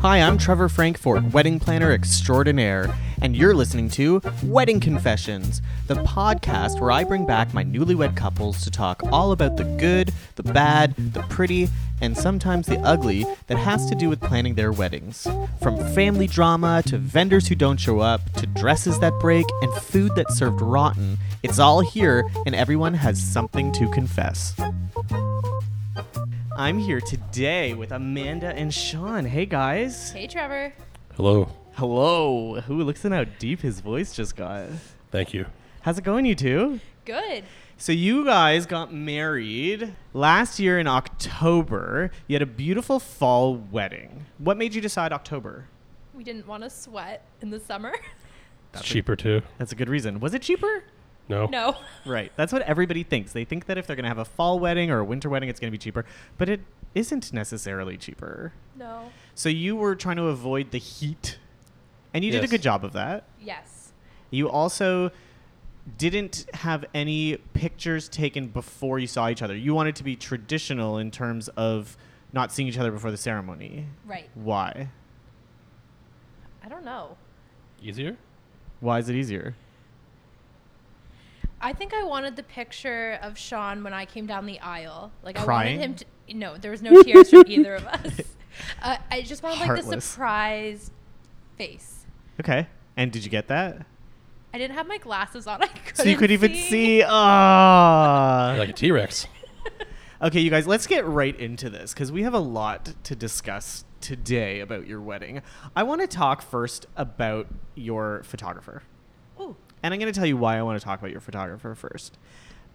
Hi, I'm Trevor Frankfort, wedding planner extraordinaire, and you're listening to Wedding Confessions, the podcast where I bring back my newlywed couples to talk all about the good, the bad, the pretty, and sometimes the ugly that has to do with planning their weddings. From family drama to vendors who don't show up to dresses that break and food that's served rotten, it's all here, and everyone has something to confess. I'm here today with Amanda and Sean. Hey guys. Hey, Trevor. Hello. Hello. Who listen how deep his voice just got. Thank you. How's it going, you two? Good. So you guys got married last year in October. You had a beautiful fall wedding. What made you decide October? We didn't want to sweat in the summer. It's cheaper too. That's a good reason. Was it cheaper? No. no. Right. That's what everybody thinks. They think that if they're going to have a fall wedding or a winter wedding, it's going to be cheaper, but it isn't necessarily cheaper. No. So you were trying to avoid the heat, and you did a Yes. good job of that. Yes. You also didn't have any pictures taken before you saw each other. You wanted to be traditional in terms of not seeing each other before the ceremony. Right. Why? I don't know. Easier? Why is it easier? I think I wanted the picture of Sean when I came down the aisle. Like Crying? I wanted him to. No, there was no tears from either of us. Uh, I just wanted like the Heartless. surprised face. Okay. And did you get that? I didn't have my glasses on. I couldn't so you could even see. Ah. Like a T Rex. Okay, you guys, let's get right into this because we have a lot to discuss today about your wedding. I want to talk first about your photographer. Ooh. And I'm going to tell you why I want to talk about your photographer first.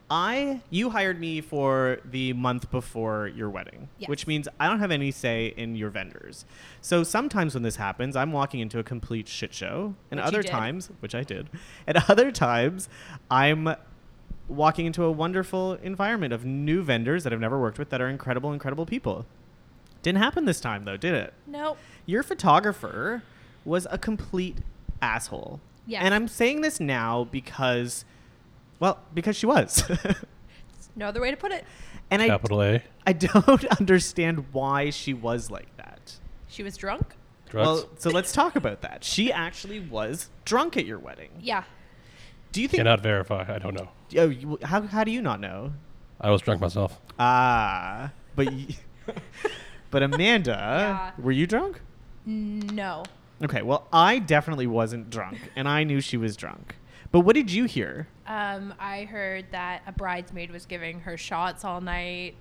I you hired me for the month before your wedding, Yes. which means I don't have any say in your vendors. So sometimes when this happens, I'm walking into a complete shit show, and Which you other did. times, which I did, and other times, I'm walking into a wonderful environment of new vendors that I've never worked with that are incredible, incredible people. Didn't happen this time though, did it? No. Your photographer was a complete asshole. Yes. And I'm saying this now because, well, because she was. No other way to put it. and I, Capital A. I don't understand why she was like that. She was drunk. Drugs. Well, so let's talk about that. She actually was drunk at your wedding. Yeah. Do you think? Cannot verify. I don't know. oh, you- how, how do you not know? I was drunk myself. Ah, but y- but Amanda, Yeah. were you drunk? No. Okay, well, I definitely wasn't drunk, and I knew she was drunk. But what did you hear? Um, I heard that a bridesmaid was giving her shots all night.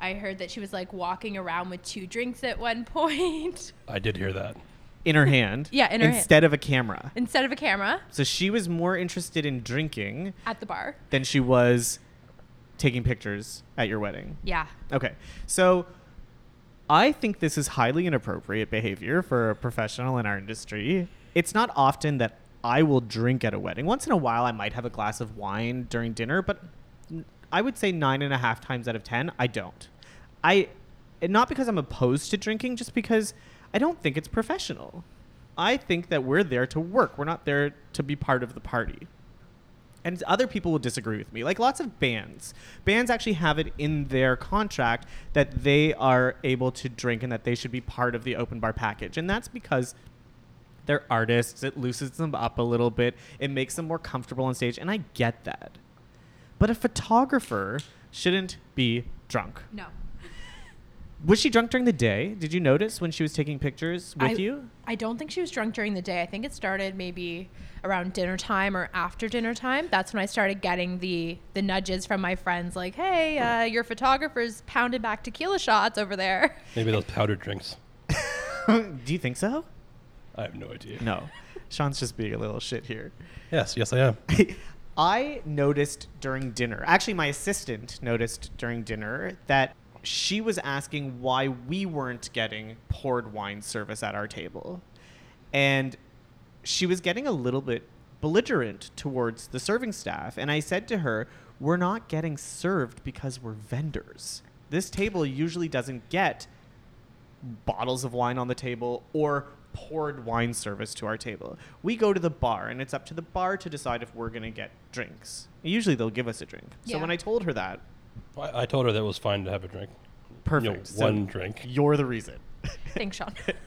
I heard that she was like walking around with two drinks at one point I did hear that. in her hand. Yeah, in her hand. instead of a camera. instead of a camera So she was more interested in drinking at the bar. than she was taking pictures at your wedding. Yeah. Okay. So I think this is highly inappropriate behavior for a professional in our industry. It's not often that I will drink at a wedding. Once in a while, I might have a glass of wine during dinner, but n- I would say nine and a half times out of 10, I don't. I, and not because I'm opposed to drinking, just because I don't think it's professional. I think that we're there to work, we're not there to be part of the party and other people will disagree with me. Like lots of bands, bands actually have it in their contract that they are able to drink and that they should be part of the open bar package, and that's because they're artists. It loosens them up a little bit. It makes them more comfortable on stage, and I get that. But a photographer shouldn't be drunk. No. Was she drunk during the day? Did you notice when she was taking pictures with I, you? I don't think she was drunk during the day. I think it started maybe around dinner time or after dinner time. That's when I started getting the the nudges from my friends like, "Hey, uh, your photographer's pounded back tequila shots over there." Maybe those powdered drinks. Do you think so? I have no idea. No. Sean's just being a little shit here. Yes, yes, I am. I noticed during dinner, actually, my assistant noticed during dinner that she was asking why we weren't getting poured wine service at our table. And she was getting a little bit belligerent towards the serving staff. And I said to her, We're not getting served because we're vendors. This table usually doesn't get bottles of wine on the table or poured wine service to our table. We go to the bar, and it's up to the bar to decide if we're going to get drinks. Usually they'll give us a drink. So Yeah. when I told her that, I, I told her that it was fine to have a drink. perfect. So one drink. You're the reason. Thanks, Sean.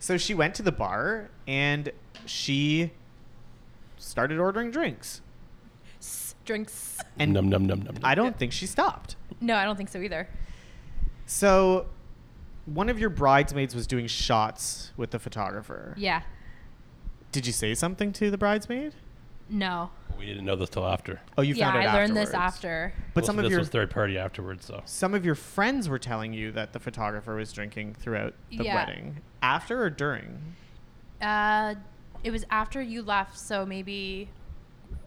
So she went to the bar and she started ordering drinks. S- Drinks. And num num num num. num. I don't think she stopped. No, I don't think so either. So one of your bridesmaids was doing shots with the photographer. Yeah. Did you say something to the bridesmaid? No. we didn't know this till after. Oh, you yeah, found out I learned this afterwards. after. But Most some of this your was third party afterwards, so some of your friends were telling you that the photographer was drinking throughout the Yeah. wedding. After or during? Uh, it was after you left, so maybe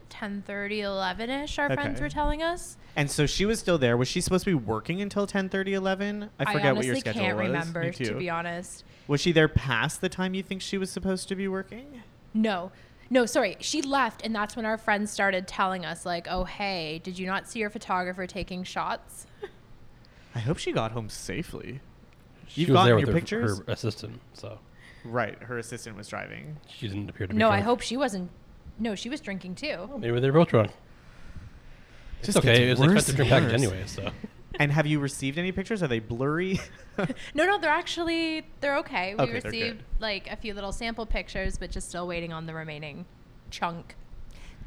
10:30, 11ish. Our friends Okay. were telling us. And so she was still there. Was she supposed to be working until 10:30 11? I forget what your honestly schedule can't was. Me remember to too. be honest. Was she there past the time you think she was supposed to be working? No. No, sorry. She left, and that's when our friends started telling us, like, "Oh, hey, did you not see your photographer taking shots?" I hope she got home safely. she You've was there gotten with your her, pictures? her assistant. So Right, her assistant was driving. she didn't appear to be. No, I drunk. hope she wasn't. No, she was drinking too. Maybe they're both drunk. It's Just okay. It gets was an worse expensive and drink package worse. anyway, so And have you received any pictures? Are they blurry? No, no, they're actually they're okay. We Okay, they're received good. like a few little sample pictures, but just still waiting on the remaining chunk.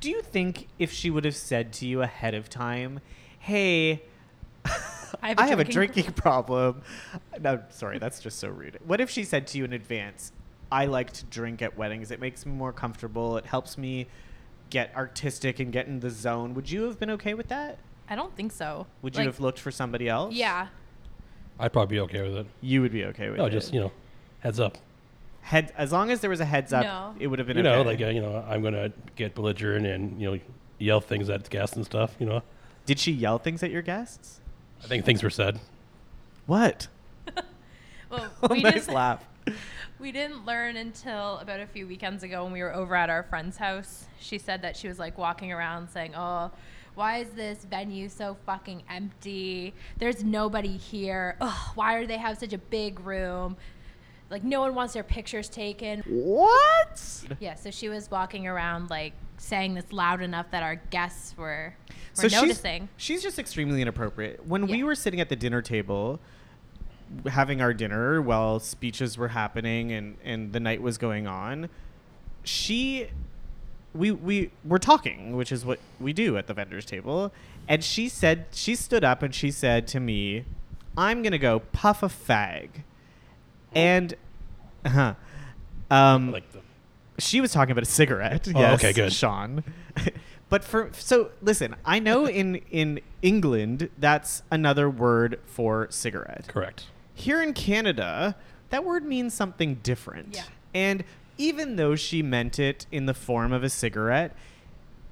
Do you think if she would have said to you ahead of time, "Hey, I have a have a drinking- drinking problem." No, sorry, that's just so rude. What if she said to you in advance, "I like to drink at weddings. It makes me more comfortable. It helps me get artistic and get in the zone." Would you have been okay with that? I don't think so. Would you Like, have looked for somebody else? Yeah. I'd probably be okay with it. You would be okay with No, it. just you know, heads up. head as long as there was a heads up, No. it would have been You know, okay. like uh, you know, I'm gonna get belligerent and you know, yell things at guests and stuff. You know, Did she yell things at your guests? I think things were said. What? Well, We we nice didn't. laugh. We didn't learn until about a few weekends ago when we were over at our friend's house. She said that she was like walking around saying, "Oh, why is this venue so fucking empty? There's nobody here. Ugh, why do they have such a big room? Like no one wants their pictures taken." What? Yeah, so she was walking around like saying this loud enough that our guests were, so were she's- noticing. She's, just extremely inappropriate. When we Yeah. were sitting at the dinner table having our dinner while speeches were happening and, and the night was going on, she we we were talking, which is what we do at the vendors table, and she said she stood up and she said to me, "I'm gonna go puff a fag," and uh-huh, um, Like the she was talking about a cigarette. Oh, yes, okay, good. Sean. but for so listen, I know in in England that's another word for cigarette. correct. Here in Canada, that word means something different. Yeah. And even though she meant it in the form of a cigarette,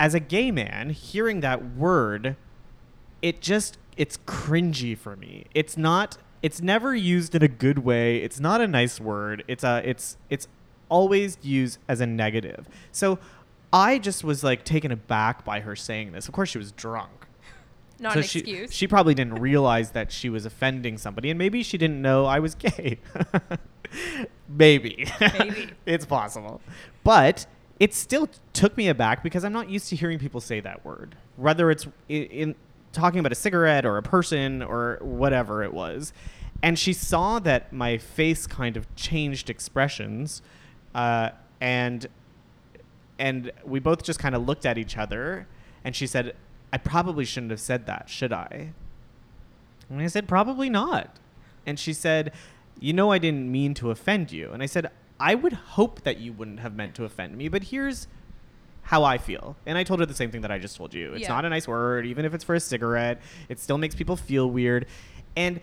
as a gay man, hearing that word, it just it's cringy for me. It's not it's never used in a good way. It's not a nice word. It's a it's it's always used as a negative. So I just was like taken aback by her saying this. Of course she was drunk. Not So an she, excuse. She probably didn't realize that she was offending somebody, and maybe she didn't know I was gay. maybe. Maybe. it's possible. But it still took me aback because I'm not used to hearing people say that word, whether it's in, in talking about a cigarette or a person or whatever it was. And she saw that my face kind of changed expressions, uh, and and we both just kind of looked at each other and she said i probably shouldn't have said that should i and i said probably not and she said you know i didn't mean to offend you and i said i would hope that you wouldn't have meant to offend me but here's how i feel and i told her the same thing that i just told you it's Yeah. not a nice word even if it's for a cigarette it still makes people feel weird and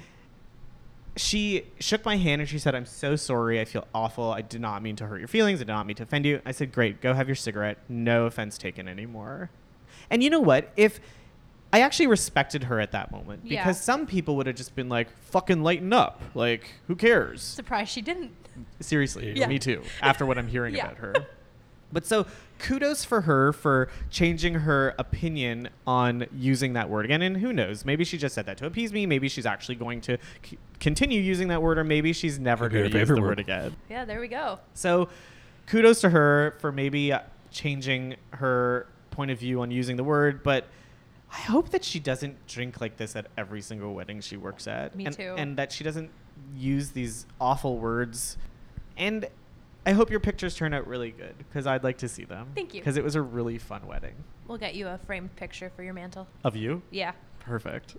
she shook my hand and she said, I'm so sorry. I feel awful. I did not mean to hurt your feelings. I did not mean to offend you. I said, Great, go have your cigarette. No offense taken anymore. And you know what? If I actually respected her at that moment Yeah. because some people would have just been like, fucking lighten up. Like, who cares? Surprised she didn't. Seriously, Yeah. me too, after what I'm hearing Yeah. about her. But so kudos for her for changing her opinion on using that word again. And who knows? Maybe she just said that to appease me. Maybe she's actually going to c- continue using that word, or maybe she's never Could be her going to use the favorite word. word. again. Yeah, there we go. So kudos to her for maybe uh, changing her point of view on using the word. But I hope that she doesn't drink like this at every single wedding she works at. Me and, too. And that she doesn't use these awful words. And I hope your pictures turn out really good because I'd like to see them. Thank you. Because it was a really fun wedding. We'll get you a framed picture for your mantle. Of you? Yeah. Perfect.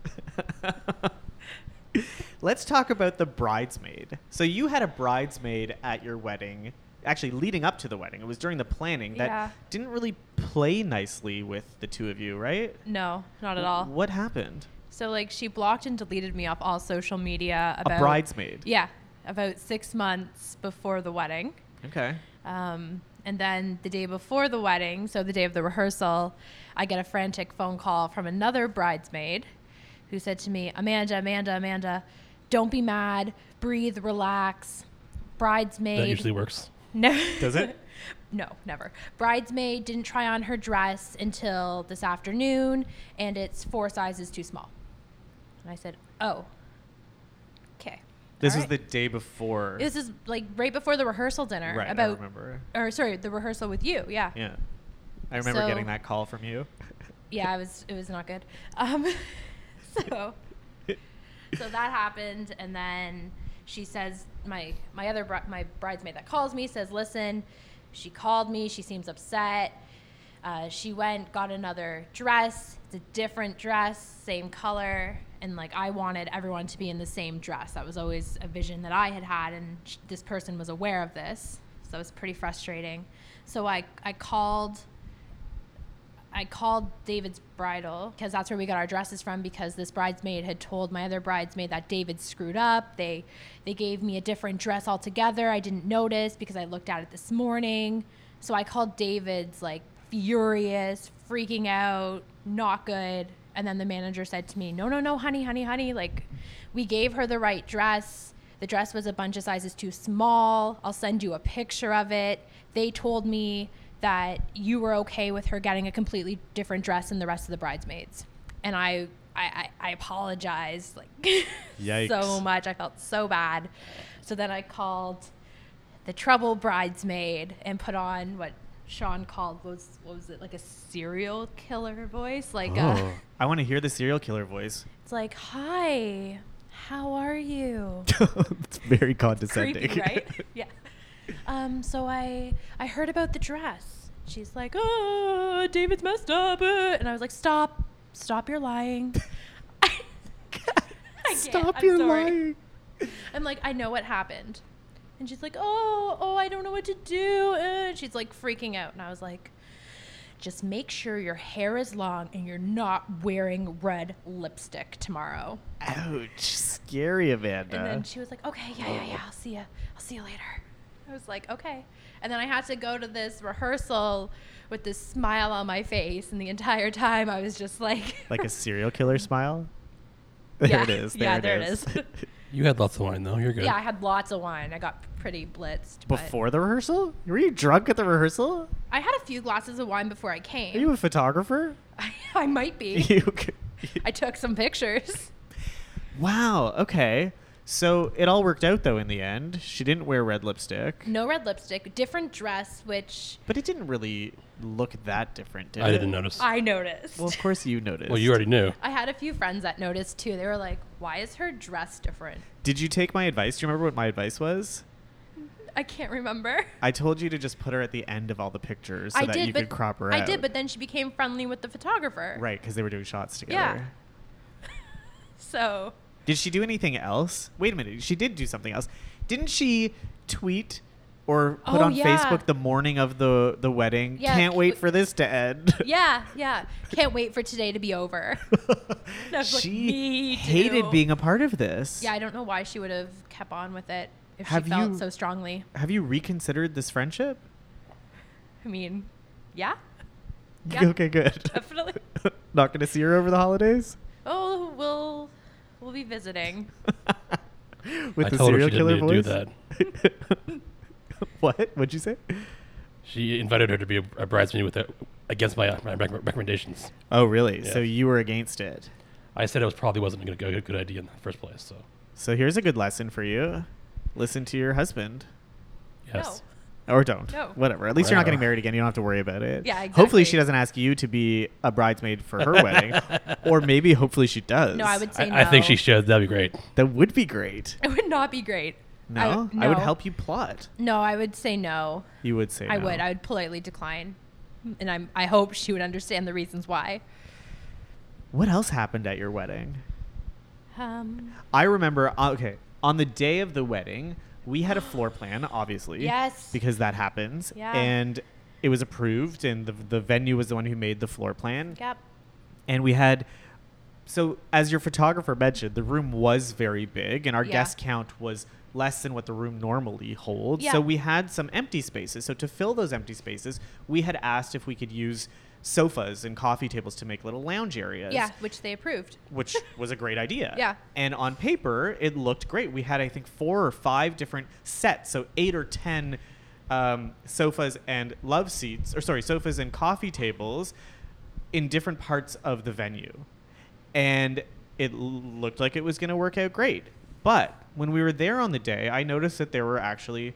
Let's talk about the bridesmaid. So you had a bridesmaid at your wedding, actually leading up to the wedding. It was during the planning that Yeah. didn't really play nicely with the two of you, right? No, not at all. What happened? So like she blocked and deleted me off all social media about a bridesmaid. Yeah, about six months before the wedding. Okay. Um, and then the day before the wedding, so the day of the rehearsal, I get a frantic phone call from another bridesmaid who said to me, Amanda, Amanda, Amanda, don't be mad. Breathe, relax. Bridesmaid. That usually works. No. Does it? no, never. Bridesmaid didn't try on her dress until this afternoon, and it's four sizes too small. And I said, oh, okay. This All was the day before. This is like right before the rehearsal dinner. right, I About remember. or sorry, the rehearsal with you. Yeah. Yeah. I remember So- getting that call from you. Yeah, it was it was not good. Um, so so that happened, and then she says my my other bri- my bridesmaid that calls me says, listen, she called me. She seems upset. Uh, she went got another dress. It's a different dress, same color. And like I wanted everyone to be in the same dress. That was always a vision that I had had, and sh- this person was aware of this. So it was pretty frustrating. So I I called I called David's bridal because that's where we got our dresses from because this bridesmaid had told my other bridesmaid that David screwed up. They they gave me a different dress altogether. I didn't notice because I looked at it this morning. So I called David's like furious, freaking out, not good. And then the manager said to me, "No, no, no, honey, honey, honey, like we gave her the right dress. The dress was a bunch of sizes too small. I'll send you a picture of it. They told me that you were okay with her getting a completely different dress than the rest of the bridesmaids. And I I, I, I apologized like so Yikes. much. I felt so bad. So then I called the trouble bridesmaid and put on what Sean called was what was it like a serial killer voice like uh, I want to hear the serial killer voice. it's like hi how are you it's very condescending. creepy right yeah um so I I heard about the dress she's like oh David's messed up uh," and I was like stop stop your lying I can't. Stop I'm your sorry. lying. I'm like, I know what happened. And she's like, oh, oh, I don't know what to do. uh," And she's like freaking out. And I was like, just make sure your hair is long and you're not wearing red lipstick tomorrow. Ouch. Scary, Amanda. And then she was like, okay, yeah, yeah, yeah, I'll see you. I'll see you later. I was like, okay. And then I had to go to this rehearsal with this smile on my face. And the entire time I was just like, like a serial killer smile. There Yeah. it is. There Yeah, it there it is. is. You had lots of wine though. You're good. yeah, I had lots of wine. I got pretty blitzed. but- Before the rehearsal? Were you drunk at the rehearsal? I had a few glasses of wine before I Are came. you a photographer? I might be. You c- I took some pictures. wow. Okay. So it all worked out though in the end. She didn't wear red lipstick, No red lipstick, different dress, which but it didn't really look that different. Did I it? didn't notice. I noticed. Well, of course you noticed. well, you already knew. I had a few friends that noticed too. They were like, why is her dress different? Did you take my advice? Do you remember what my advice was? I can't remember. I told you to just put her at the end of all the pictures so I that did, you but could crop her I out. did, but then she became friendly with the photographer. right because they were doing shots together. Yeah. So Did she do anything else? Wait a minute. She did do something else. Didn't she tweet or put Oh, on yeah. Facebook the morning of the the wedding? Yeah, Can't wait w- for this to end. yeah, yeah. Can't wait for today to be over. was like, she me hated too. being a part of this. Yeah, I don't know why she would have kept on with it if Have she felt you- so strongly. Have you reconsidered this friendship? I mean, yeah, Yeah. Okay, good. definitely. Not going to see her over the holidays. oh, we'll we'll be visiting. With I the told her serial she didn't killer need voice. to do what? What'd you say? She invited her to be a, a bridesmaid with her, against my, my rec- recommendations. Oh, really? Yeah. So you were against it. I said it was probably wasn't a good, a good idea in the first place. So So here's a good lesson for you. Listen to your husband. yes, Or don't. No. Whatever. At least you're not Whatever. getting married again. You don't have to worry about it. Yeah, Hopefully exactly. she doesn't ask you to be a bridesmaid for her wedding. Or maybe hopefully she does. No, I would say I, I think no. she should. That'd be great. That would be great. It would not be great. No? I- I would no. help you plot. No, I would say no. You would say I no. would. I would politely decline. And I'm, I hope she would understand the reasons why. What else happened at your wedding? Um, I remember. uh, Okay, on the day of the wedding, we had a floor plan, obviously. Yes. Because that happens. Yeah. And it was approved, and the the venue was the one who made the floor plan. yep. And we had. So, as your photographer mentioned, the room was very big, and our Yeah. guest count was less than what the room normally holds. Yeah. So, we had some empty spaces. So, to fill those empty spaces, we had asked if we could use sofas and coffee tables to make little lounge areas Yeah, which they approved. which was a great idea. Yeah. And on paper, it looked great. We had, I think, four or five different sets, so eight or ten um, sofas and love seats, or sorry, sofas and coffee tables in different parts of the venue. And it l- looked like it was going to work out great. But when we were there on the day, I noticed that there were actually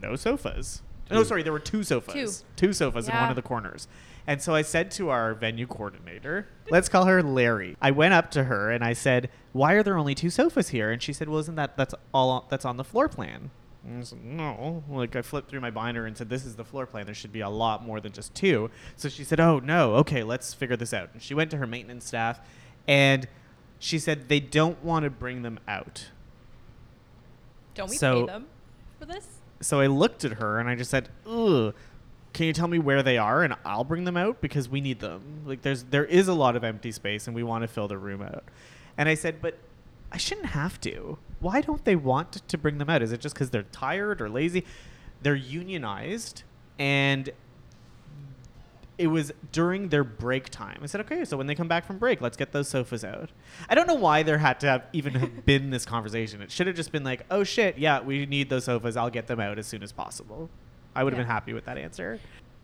no sofas. No, Two. sorry, there were two sofas. Two, sofas in Yeah. one of the corners. And so I said to our venue coordinator, let's call her Larry. I went up to her and I said, "Why are there only two sofas here?" And she said, "Well, isn't that that's all that's on the floor plan?" And I said, "No." Like I flipped through my binder and said, "This is the floor plan. There should be a lot more than just two. So she said, "Oh no, okay, let's figure this out." And she went to her maintenance staff, and she said they don't want to bring them out. Don't we So- pay them for this? So I looked at her and I just said, "Ugh, can you tell me where they are and I'll bring them out because we need them. Like there's there is a lot of empty space and we want to fill the room out." And I said, "But I shouldn't have to. Why don't they want to bring them out? Is it just cuz they're tired or lazy? They're unionized and it was during their break time. I said, okay, so when they come back from break, let's get those sofas out. I don't know why there had to have even have been this conversation. It should have just been like, oh shit, yeah, we need those sofas. I'll get them out as soon as possible. I would have Yeah. been happy with that answer.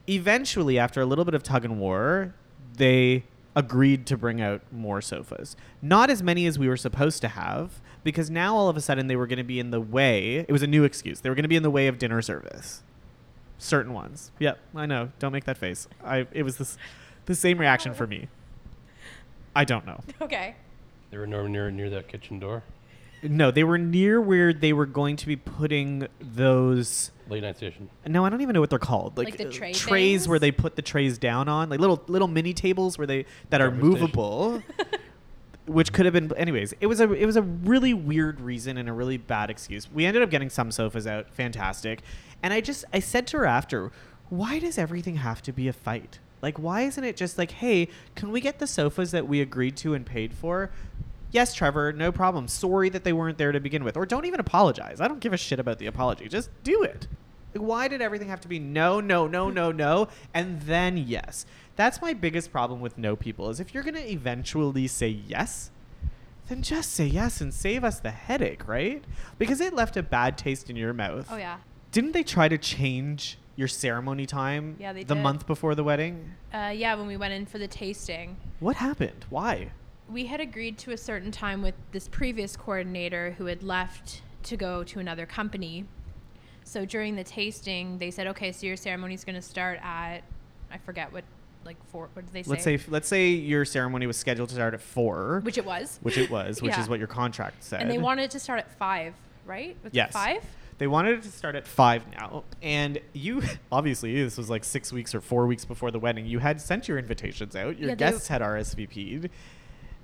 Eventually, after a little bit of tug and war, they agreed to bring out more sofas. Not as many as we were supposed to have, because now all of a sudden they were going to be in the way. It was a new excuse. They were going to be in the way of dinner service certain ones. Yep, I know. Don't make that face. I it was this the same reaction for me. I don't know. Okay. They were nowhere near near that kitchen door. No, they were near where they were going to be putting those Late night station. no, I don't even know what they're called. Like, Like the uh, tray trays things? where they put the trays down on, like little little mini tables where they that are Garbage station. movable. which could have been anyways it was a it was a really weird reason and a really bad excuse we ended up getting some sofas out fantastic and i just i said to her after why does everything have to be a fight like why isn't it just like hey can we get the sofas that we agreed to and paid for yes trevor no problem sorry that they weren't there to begin with or don't even apologize i don't give a shit about the apology just do it like, why did everything have to be no, no, no, no, no, and then yes? That's my biggest problem with no people is if you're gonna eventually say yes, then just say yes and save us the headache, right? Because it left a bad taste in your mouth. Oh, yeah. Didn't they try to change your ceremony time? Yeah, they the did. month before the wedding. Uh, yeah, when we went in for the tasting, What happened? Why? we had agreed to a certain time with this previous coordinator who had left to go to another company. So during the tasting, they said, okay, so your ceremony's going to start at, I forget what, like, four, what did they say? Let's say let's say your ceremony was scheduled to start at four, Which it was. which it was, which Yeah. is what your contract said. And they wanted it to start at five, right? Was it Yes. Five? They wanted it to start at five now, and you obviously this was like six weeks or four weeks before the wedding. You had sent your invitations out. Your Yeah, they- guests had RSVP'd.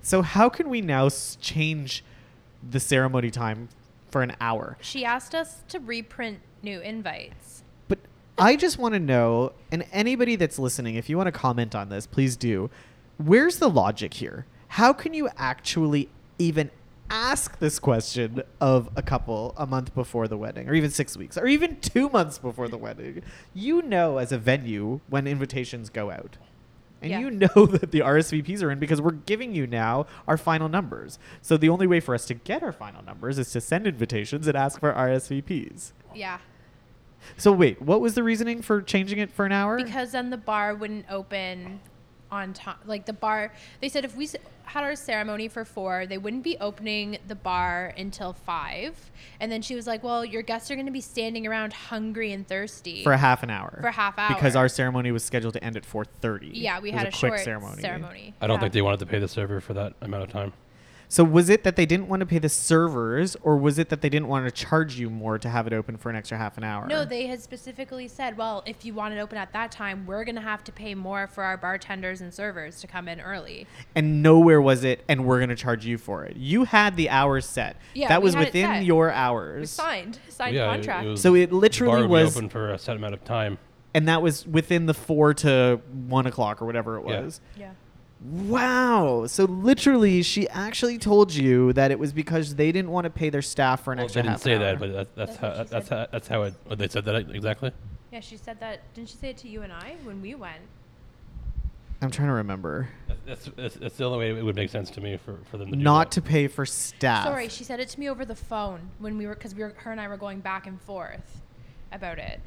So how can we now s- change the ceremony time for an hour? She asked us to reprint new invites. But I just want to know, and anybody that's listening, if you want to comment on this, please do. Where's the logic here? How can you actually even ask this question of a couple a month before the wedding, or even six weeks, or even two months before the wedding? You know, as a venue, when invitations go out. And Yeah. you know that the RSVPs are in because we're giving you now our final numbers. So the only way for us to get our final numbers is to send invitations and ask for RSVPs. Yeah. So wait, what was the reasoning for changing it for an hour? because then the bar wouldn't open on time like the bar they said if we s- had our ceremony for four they wouldn't be opening the bar until five and then she was like well your guests are going to be standing around hungry and thirsty for a half an hour. For a half Because hour. our ceremony was scheduled to end at 4:30. yeah we It was had a, quick short ceremony I don't Yeah. think they wanted to pay the server for that amount of time. So was it that they didn't want to pay the servers, or was it that they didn't want to charge you more to have it open for an extra half an hour? No, they had specifically said, well, if you want it open at that time, we're going to have to pay more for our bartenders and servers to come in early. and nowhere was it, and we're gonna charge you for it. You had the hours set. Yeah, that we was had it within set. your We hours, signed, signed Yeah, it- contract. it was- so it The bar literally would be was, open for a set amount of time. and that was within the four to one o'clock or whatever it Yeah. was. yeah. Wow. So literally, she actually told you that it was because they didn't want to pay their staff for an Well, extra they didn't half say an hour. that, but that, that's, That's how, what she that's said. how that's how it. oh, They said that exactly. Yeah, she said that. Didn't she say it to you and I when we went? I'm trying to remember. That's- That's, that's, that's the only way it would make sense to me for, for them to do Not to that. pay for staff. Sorry, she said it to me over the phone when we were, because we were, her and I were going back and forth about it.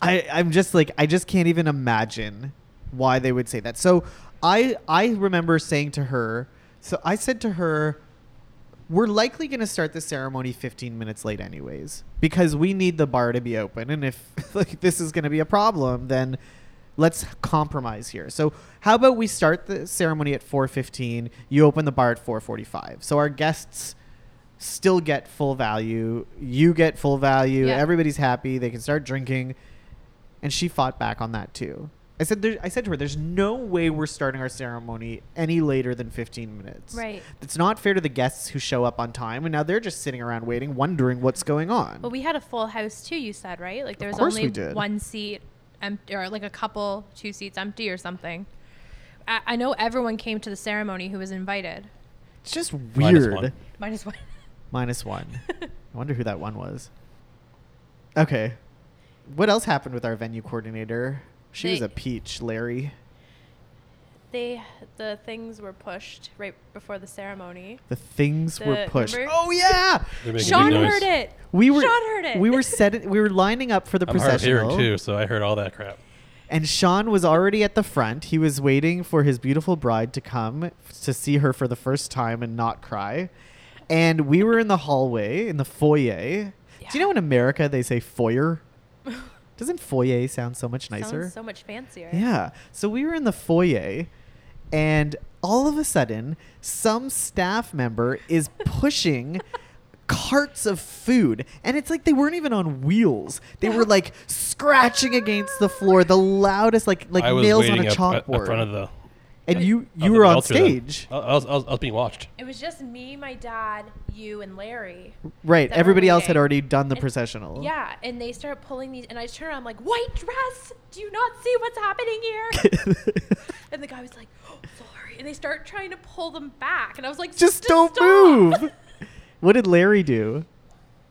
I, I'm just like I just can't even imagine why they would say that. So I I remember saying to her, so I said to her, we're likely going to start the ceremony 15 minutes late anyways because we need the bar to be open and if like this is going to be a problem then let's compromise here. So how about we start the ceremony at 4:15, you open the bar at 4:45. So our guests still get full value, you get full value, Yeah. everybody's happy, they can start drinking and she fought back on that too. I said, there, I said to her, "There's no way we're starting our ceremony any later than 15 minutes. Right. It's not fair to the guests who show up on time, and now they're just sitting around waiting, wondering what's going on. Well, we had a full house too. You said right? Like there Of was course only we did. one seat empty, or like a couple, two seats empty, or something. I, I know everyone came to the ceremony who was invited, it's just Minus weird. one. minus one. Minus one. I wonder who that one was. Okay. What else happened with our venue coordinator? She was They- a peach, Larry. they the things were pushed right before the ceremony. The things were The- pushed. remember? Oh yeah. They're making Sean big noise. heard it. We were Sean heard it. we were set we were lining up for the I'm hard of processional. hearing too, so I heard all that crap. And Sean was already at the front. He was waiting for his beautiful bride to come f- to see her for the first time and not cry. And we were in the hallway, in the foyer. Do you Yeah. know in America they say foyer? Doesn't foyer sound so much nicer? Sounds so much fancier. Yeah. So we were in the foyer, and all of a sudden, some staff member is pushing carts of food. And it's like they weren't even on wheels. They were like scratching against the floor, the loudest, like like I was nails on a waiting up- up- chalkboard. Up, front of the. and you you of the were on altar then. Oh. stage, I, I was, I, was, I was being watched. It was just me, my dad, you, and Larry. right? that were Everybody else had waiting. already done the And- processional. Yeah, and they start pulling these, and I turn around, I'm like, white dress. Do you not see what's happening here? And the guy was like, oh, sorry. And they start trying to pull them back. And I was like, Just don't stop." move. what did Larry do?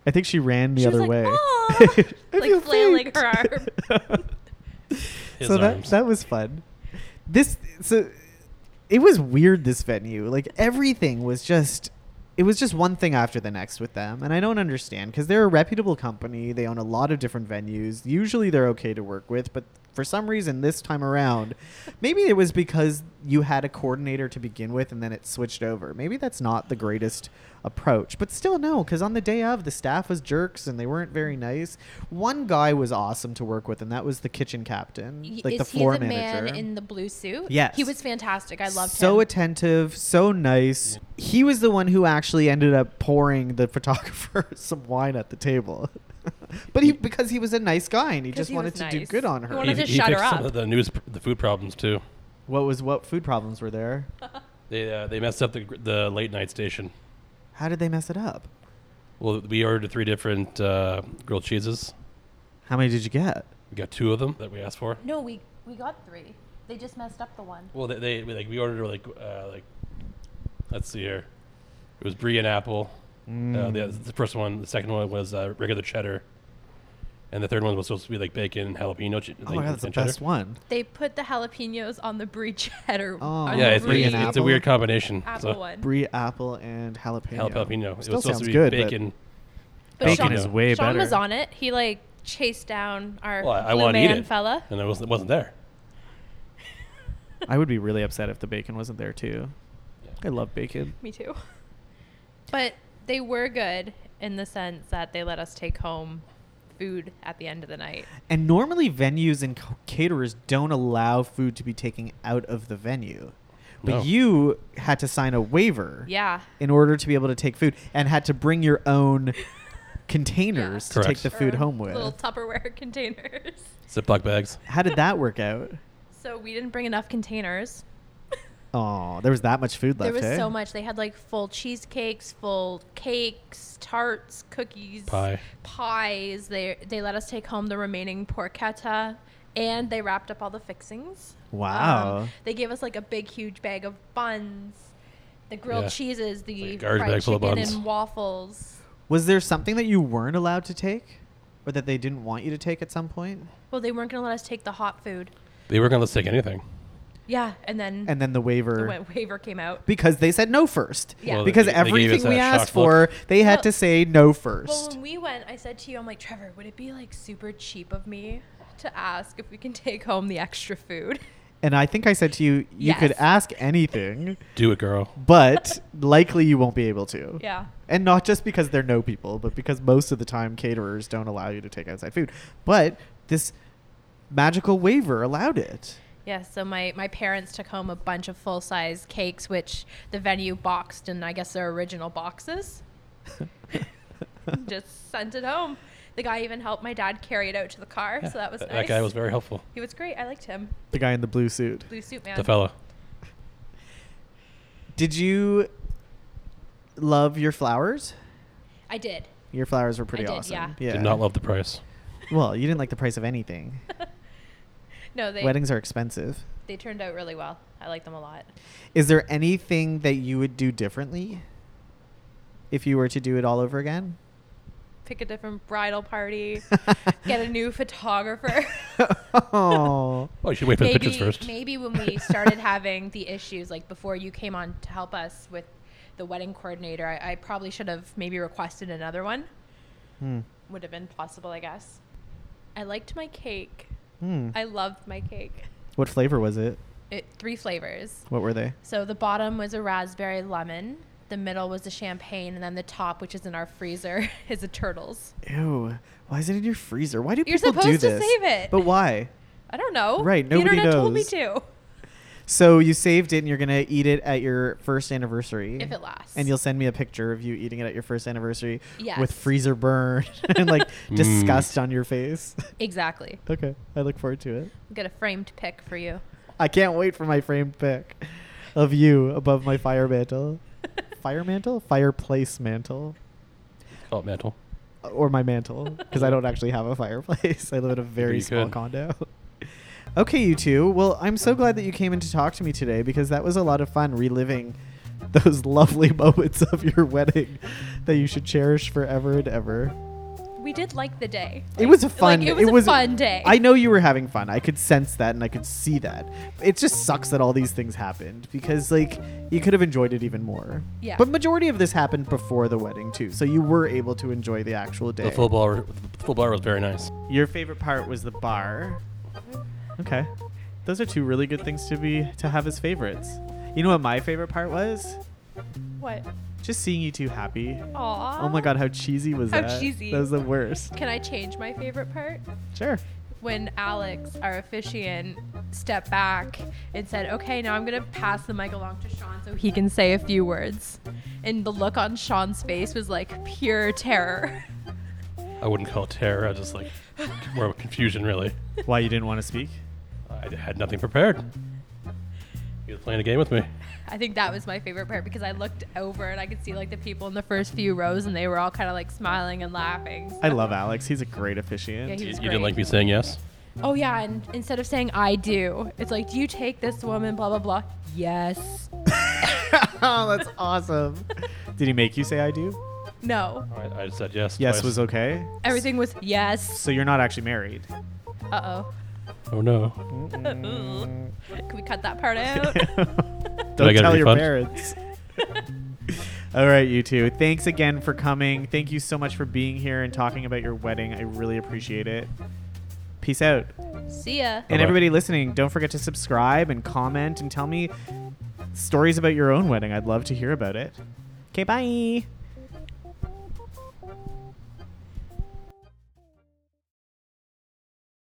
I think she ran the She was other like, way. "Aw," I like feel flailing faint. her arm. His so that arms. that was fun. This so it was weird this venue. Like everything was just it was just one thing after the next with them and I don't understand cuz they're a reputable company. They own a lot of different venues. Usually they're okay to work with, but for some reason this time around, maybe it was because you had a coordinator to begin with and then it switched over. Maybe that's not the greatest approach, but still no cuz on the day of the staff was jerks and they weren't very nice. One guy was awesome to work with and that was the kitchen captain Y- like Is the he floor the manager. man in the blue suit? Yes. He was fantastic. I loved so him. attentive, so nice. He was the one who actually ended up pouring the photographer some wine at the table. but he because he was a nice guy and he 'Cause just he wanted was to do nice. good on her. He wanted to shut her fixed some up. of the news, the food problems too. what was what food problems were there? They uh, they messed up the gr- the late night station. How did they mess it up? Well, we ordered three different uh, grilled cheeses. How many did you get? We got two of them that we asked for. no, we, we got three. They just messed up the one. Well, they, they we, like we ordered like uh, like let's see here. It was brie and apple. Uh, Mm. the, the first one, the second one was uh, regular cheddar, and the third one was supposed to be like bacon and jalapeno. Che- Oh my god, that's the best one. They put the jalapenos on the brie cheddar. Oh. on Yeah, the it's, Brie brie and it's, it's a apple? weird combination. apple so, one. Brie apple and jalapeno. Jalapeno. It Still was supposed sounds to be good. but- bacon. But Bacon Sean, is way Sean better. was on it. He like chased down our Well, I, I blue want to eat man it, fella. and it wasn't it wasn't there. I would be really upset if the bacon wasn't there too. I love bacon. Me too. But they were good in the sense that they let us take home food at the end of the night. And normally, venues and c- caterers don't allow food to be taken out of the venue, But No. you had to sign a waiver Yeah. in order to be able to take food and had to bring your own containers to take Correct. the food Or home with. Little Tupperware containers. Ziploc bags. How did that work out? So we didn't bring enough containers. Oh, there was that much food left. there was eh? so much. They had like full cheesecakes, full cakes, tarts, cookies, Pie. pies. They they let us take home the remaining porchetta, and they wrapped up all the fixings. Um, Wow. they gave us like a big, huge bag of buns, the grilled Yeah. cheeses, Like a the garbage fried bag full of chicken, buns. and waffles. Was there something that you weren't allowed to take, or that they didn't want you to take at some point? Well, they weren't gonna let us take the hot food. They weren't gonna let us take anything. Yeah, and then And then the the waiver. wa- waiver came out. because they said no first. Yeah. Well, they- because they gave us everything we that shock asked for, they had Well- to say no Well, first. when we went, I said to you, I'm like, Trevor, would it be like super cheap of me to ask if we can take home the extra food? and I think I said to you, you could Yes. ask anything, Do it, girl. but likely you won't be able to. Yeah. And not just because they're no people, but because most of the time caterers don't allow you to take outside food. But this magical waiver allowed it. Yeah, so my, my parents took home a bunch of full size cakes, which the venue boxed in, I guess, their original boxes. Just sent it home. The guy even helped my dad carry it out to the car, so that was Th- nice. That guy was very helpful. He was great. I liked him. The guy in the blue suit. Blue suit man. The fella. Did you love your flowers? I did. Your flowers were pretty did, awesome. yeah. Did not love the price. Well, you didn't like the price of anything. No, they Weddings are expensive. they turned out really well. I like them a lot. Is there anything that you would do differently if you were to do it all over again? Pick a different bridal party. get a new photographer. oh. Oh, you should wait for the pictures first. maybe when we started having the issues, like before you came on to help us with the wedding coordinator, I, I probably should have maybe requested another one. Hmm. Would have been possible, I guess. I liked my cake. Hmm. I loved my cake. What flavor was it? It three flavors. What were they? So the bottom was a raspberry lemon, the middle was the champagne, and then the top, which is in our freezer, is a turtles. Ew. Why is it in your freezer? Why do You're people do supposed to this? save it. But why? I don't know. Right, the nobody internet told me knows. to. So you saved it and you're going to eat it at your first anniversary. If it lasts. And you'll send me a picture of you eating it at your first anniversary with Yes. freezer burn and like Mm. disgust on your face. Exactly. okay. I look forward to it. Get a framed pic for you. I can't wait for my framed pic of you above my fire mantle. Fire mantle? Fireplace mantle. Call it mantle. Or my mantle, because I don't actually have a fireplace. I live in a very you small could. condo. Okay, you two. Well, I'm so glad that you came in to talk to me today because that was a lot of fun reliving those lovely moments of your wedding that you should cherish forever and ever. We did like the day. It was a Like, fun. it was a fun day. I know you were having fun. I could sense that and I could see that. It just sucks that all these things happened because like you could have enjoyed it even more. Yeah. But majority of this happened before the wedding too, so you were able to enjoy the actual day. The full bar, the full bar was very nice. Your favorite part was the bar. Okay. Those are two really good things to be to have as favorites. You know what my favorite part was? What? Just seeing you two happy. Aw. Oh my god, how cheesy was How that? cheesy. That was the worst. Can I change my favorite part? Sure. When Alex, our officiant, stepped back and said, "Okay, now I'm gonna pass the mic along to Sean so he can say a few words," and the look on Sean's face was like pure terror. I wouldn't call it terror. I was just like more of a confusion, really. Why you didn't want to speak? I had nothing prepared. He was playing a game with me. I think that was my favorite part because I looked over and I could see like the people in the first few rows and they were all kind of like smiling and laughing. I love Alex. He's a great officiant. Yeah, he You, was you didn't great. like me saying yes. Oh yeah, and instead of saying I do, it's like, do you take this woman? Blah blah blah. Yes. oh, that's awesome. Did he make you say I do? No. All right, I just said yes. Yes twice. was okay. Everything was yes. So you're not actually married. Uh oh. oh no. Can we cut that part out? Don't get a tell your refund? parents. All right, you two. Thanks again for coming. Thank you so much for being here and talking about your wedding. I really appreciate it. Peace out. See ya. And Bye-bye. everybody listening, don't forget to subscribe and comment and tell me stories about your own wedding. I'd love to hear about it. Okay, bye.